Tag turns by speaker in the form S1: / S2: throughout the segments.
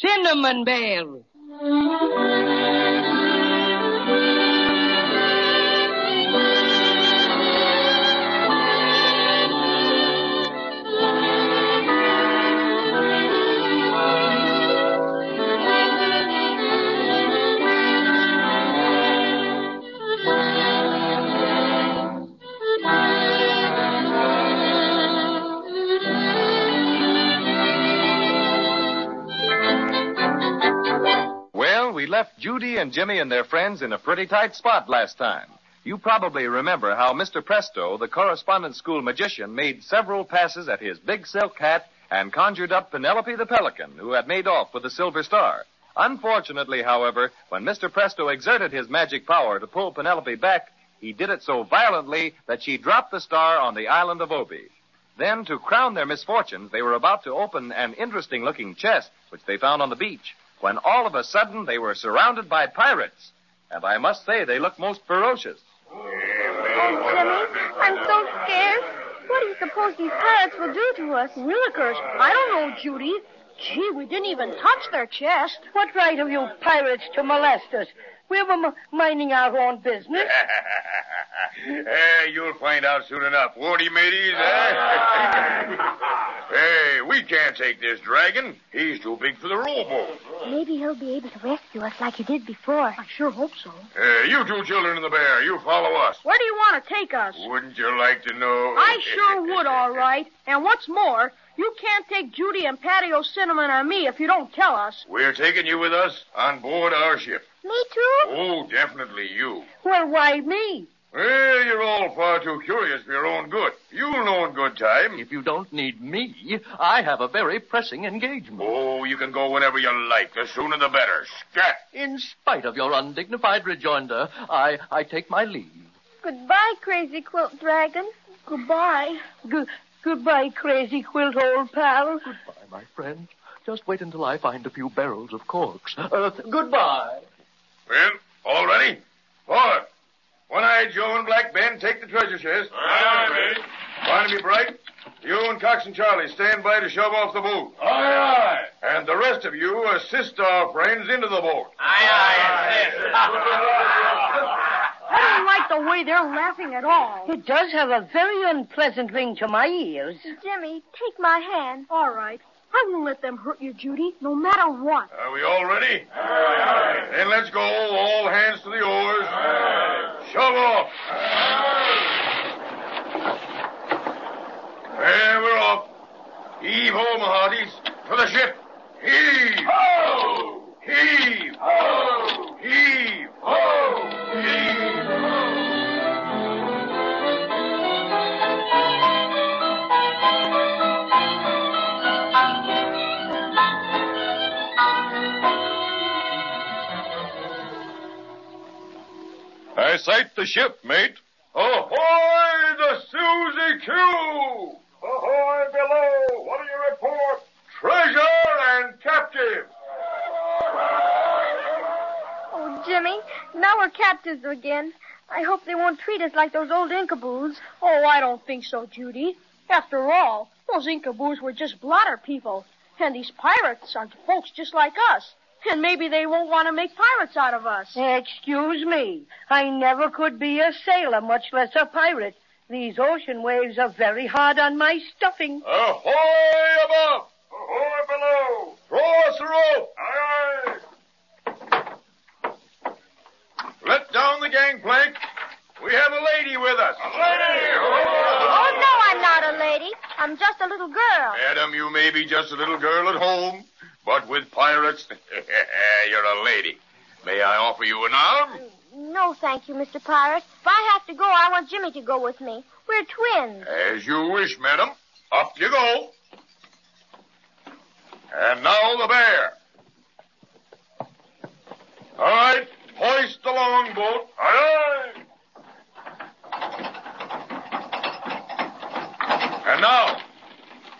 S1: cinnamon bell.
S2: Well, we left Judy and Jimmy and their friends in a pretty tight spot last time. You probably remember how Mr. Presto, the correspondence school magician, made several passes at his big silk hat and conjured up Penelope the Pelican, who had made off with the silver star. Unfortunately, however, when Mr. Presto exerted his magic power to pull Penelope back, he did it so violently that she dropped the star on the island of Obi. Then, to crown their misfortunes, they were about to open an interesting looking chest which they found on the beach when all of a sudden they were surrounded by pirates. And I must say, they looked most ferocious.
S3: Oh, Jimmy, I'm so scared. What do you suppose these pirates will do to us?
S4: Willikers, I don't know, Judy. Gee, we didn't even touch their chest. What right have you pirates to molest us? We were m- minding our own business.
S5: Eh, you'll find out soon enough, won't he, mateys? eh? hey, we can't take this dragon. He's too big for the rowboat.
S3: Maybe he'll be able to rescue us like he did before.
S4: I sure hope so.
S5: Eh, you two children in the bear, you follow us.
S4: Where do you want to take us?
S5: Wouldn't you like to know?
S4: I sure would, all right. And what's more, you can't take Judy and Patio Cinnamon or me if you don't tell us.
S5: We're taking you with us on board our ship.
S3: Me too?
S5: Oh, definitely you.
S4: Well, why me?
S5: Well, you're all far too curious for your own good. You'll know in good time.
S6: If you don't need me, I have a very pressing engagement.
S5: Oh, you can go whenever you like. The sooner the better. Scat!
S6: In spite of your undignified rejoinder, I, I take my leave.
S3: Goodbye, Crazy Quilt Dragon.
S4: Goodbye. Good goodbye, crazy quilt old pal.
S6: Goodbye, my friend. Just wait until I find a few barrels of corks. Uh, goodbye.
S5: Well, all ready? Forward. One-Eyed Joe and Black Ben take the treasure chest. Aye, aye, Barnaby Bright, you and Cox and Charlie stand by to shove off the boat. Aye, aye. And the rest of you assist our friends into the boat.
S4: I don't like the way they're laughing at all. It does have a very unpleasant ring to my ears.
S3: Jimmy, take my hand.
S4: All right. I won't let them hurt you, Judy, no matter what.
S5: Are we all ready? Aye, Then let's go. All hands to the oars. Shove off. There we're off. Heave ho, my hearties. For the ship. Heave. Ho! Heave. Ho! Heave. Ho! Heave.
S2: I sight the ship, mate.
S5: Ahoy, the Susie Q! Ahoy, below! What do you report? Treasure and captive!
S3: Oh, Jimmy, now we're captives again. I hope they won't treat us like those old Incaboos.
S4: Oh, I don't think so, Judy. After all, those Incaboos were just blotter people. And these pirates are folks just like us. And maybe they won't want to make pirates out of us.
S7: Excuse me. I never could be a sailor, much less a pirate. These ocean waves are very hard on my stuffing.
S5: Oh. Ahoy above! Ahoy below! Throw us the rope! Aye, aye! Let down the gangplank. We have a lady with us. A
S3: Oh,
S5: lady!
S3: no, I'm not a lady. I'm just a little girl.
S5: Madam, you may be just a little girl at home, but with pirates, you're a lady. May I offer you an arm?
S3: No, thank you, Mr. Pirate. If I have to go, I want Jimmy to go with me. We're twins.
S5: As you wish, madam. Up you go. And now the bear. All right, hoist the longboat. Aye, aye. And now,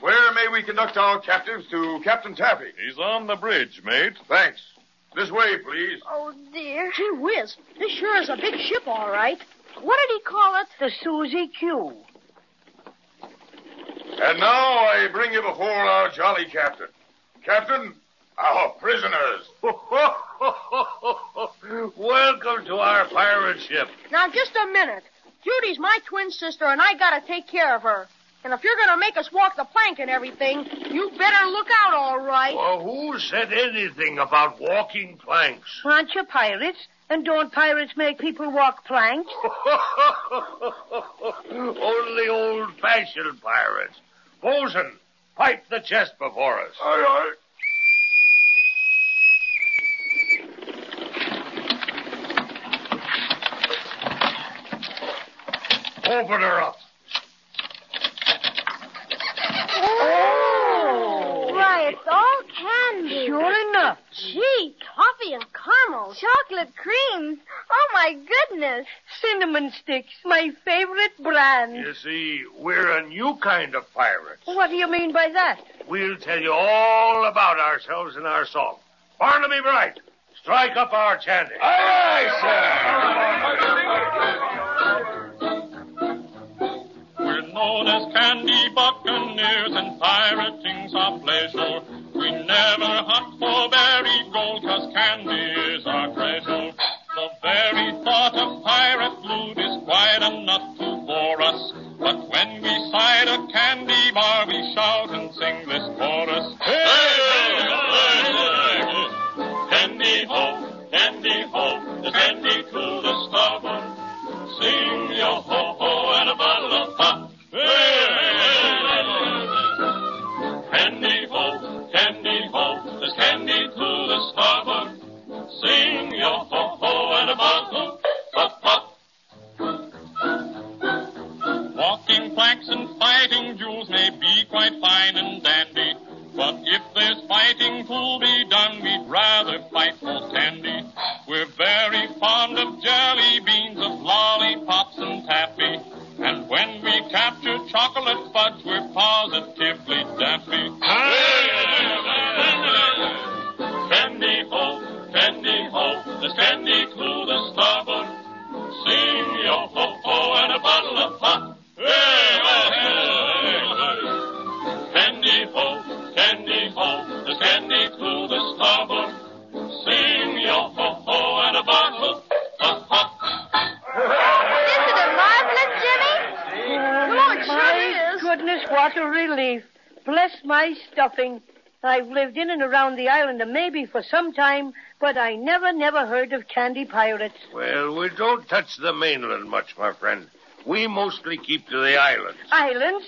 S5: where may we conduct our captives to Captain Taffy?
S2: He's on the bridge, mate.
S5: Thanks. This way, please.
S3: Oh, dear.
S4: Gee whiz, this sure is a big ship, all right.
S3: What did he call it?
S7: The Susie Q.
S5: And now I bring you before our jolly captain. Captain, Our prisoners.
S1: Welcome to our pirate ship.
S4: Now, just a minute. Judy's my twin sister, and I gotta take care of her. And if you're gonna make us walk the plank and everything, you better look out all right.
S1: Well, Uh, who said anything about walking planks?
S7: Aren't you pirates? And don't pirates make people walk planks?
S1: Only old-fashioned pirates. Bosun, pipe the chest before us.
S5: Aye,
S1: Open her up.
S3: Why, it's all candy.
S7: Sure enough.
S3: Gee, coffee and caramel. Chocolate creams. Oh, my goodness.
S7: Cinnamon sticks, my favorite brand.
S1: You see, we're a new kind of pirate.
S7: What do you mean by that?
S1: We'll tell you all about ourselves and our song. Barnaby Bright, strike up our chanty.
S8: We're known as candy buccaneers, and pirating's our pleasure. We never hunt for berry gold, cause candy is our treasure. The very thought of pirate loot is quite enough to bore us. But when we sight a candy bar, we shout and sing this chorus. Hey, hey, hey, hey, hey. Candy ho, candy ho, the candy to the starboard. Sing your ho ho and a bottle of pop. Hey, hey, hey, hey. Candy ho, candy ho, there's candy to the starboard. Sing your ho ho and a bottle of pop pop. Walking planks and fighting duels may be quite fine and dandy, but if there's fighting to be done, we'd rather fight for candy. We're very fond of jelly beans, of lollipops and taffy, and when we capture chocolate fudge, we're positively daffy. Candy ho, candy ho, there's candy to the starboard. Sing your ho ho and a bottle of pop. Hey, oh, hey, hey, hey. Candy ho, candy ho, there's candy to the starboard. Sing your ho ho and a bottle of pop.
S3: Isn't it marvelous, Jimmy?
S7: Oh,
S3: it sure
S7: my
S3: is.
S7: goodness, what a relief. Bless my stuffing. I've lived in and around the island of maybe for some time, but I never, never heard of candy pirates.
S1: Well, we don't touch the mainland much, my friend. We mostly keep to the island.
S7: Islands?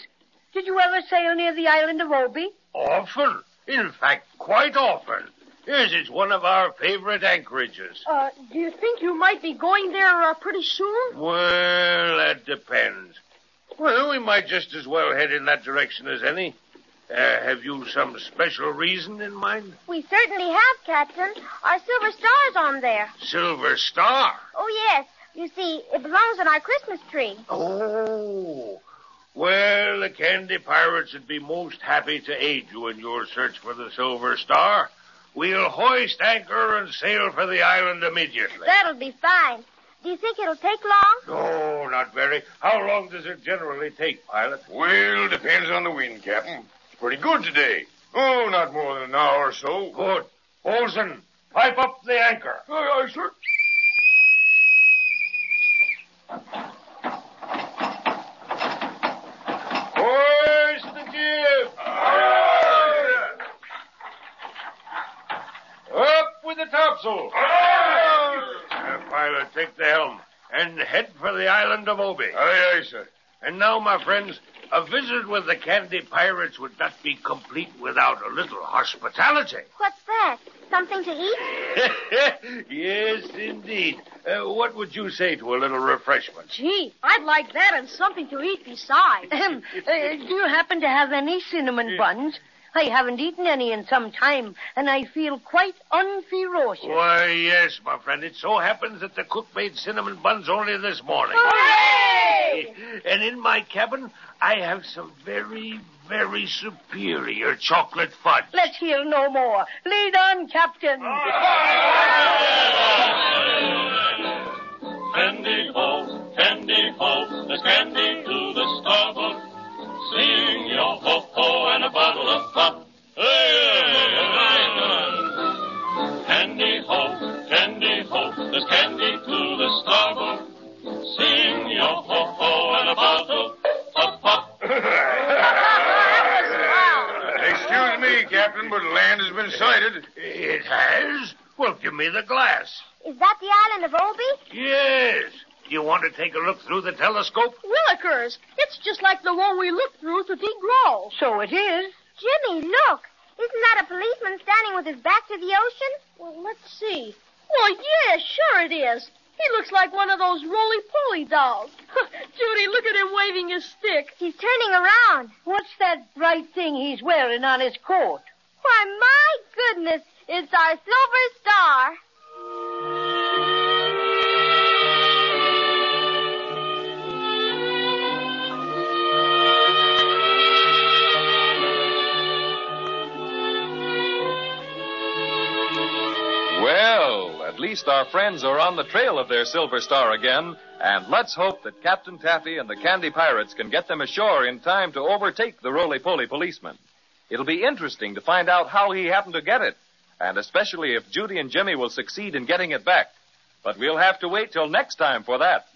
S7: Did you ever sail near the island of Obi?
S1: Often. In fact, quite often. Yes, it's one of our favorite anchorages.
S4: Uh, do you think you might be going there uh, pretty soon?
S1: Well, that depends. Well, we might just as well head in that direction as any. Uh, have you some special reason in mind?
S3: We certainly have, Captain. Our silver star's on there.
S1: Silver Star.
S3: Oh, yes. You see, it belongs on our Christmas tree.
S1: Oh. Well, the Candy Pirates would be most happy to aid you in your search for the Silver Star. We'll hoist anchor and sail for the island immediately.
S3: That'll be fine. Do you think it'll take long?
S1: No, not very. How long does it generally take, pilot?
S5: Well, depends on the wind, Captain. It's pretty good today. Oh, not more than an hour or so.
S1: Good. Olsen, pipe up the anchor.
S5: Aye, aye, sir.
S1: Hoist the jib. Up with the topsail. Uh, pilot, take the helm and head for the island of Obi.
S5: Aye, aye, sir.
S1: And now, my friends, a visit with the Candy Pirates would not be complete without a little hospitality.
S3: What's that? Something to eat?
S1: yes, indeed. Uh, what would you say to a little refreshment?
S4: Gee, I'd like that and something to eat besides.
S7: Ahem. Uh, do you happen to have any cinnamon buns? I haven't eaten any in some time, and I feel quite unferocious.
S1: Why, yes, my friend. It so happens that the cook made cinnamon buns only this morning. And in my cabin, I have some very, very superior chocolate fudge.
S7: Let's hear no more. Lead on, Captain.
S1: Ah!
S8: Candy ho, candy ho, there's candy to the starboard. Sing your ho ho and a bottle of pop. Hey, hey, hey, hey.
S9: Captain, but land has been sighted.
S10: It has? Well, give me the glass.
S3: Is that the island of Obi?
S10: Yes. You want to take a look through the telescope?
S4: Willikers, it's just like the one we looked through to Degrol.
S7: So it is.
S3: Jimmy, look. Isn't that a policeman standing with his back to the ocean?
S4: Well, let's see. Well, yeah, sure it is. He looks like one of those roly-poly dolls. Judy, look at him waving his stick.
S3: He's turning around.
S7: What's that bright thing he's wearing on his coat?
S3: Why, my goodness, it's our silver star.
S5: Well, at least our friends are on the trail of their Silver Star again, and let's hope that Captain Taffy and the Candy Pirates can get them ashore in time to overtake the roly-poly policeman. It'll be interesting to find out how he happened to get it, and especially if Judy and Jimmy will succeed in getting it back. But we'll have to wait till next time for that.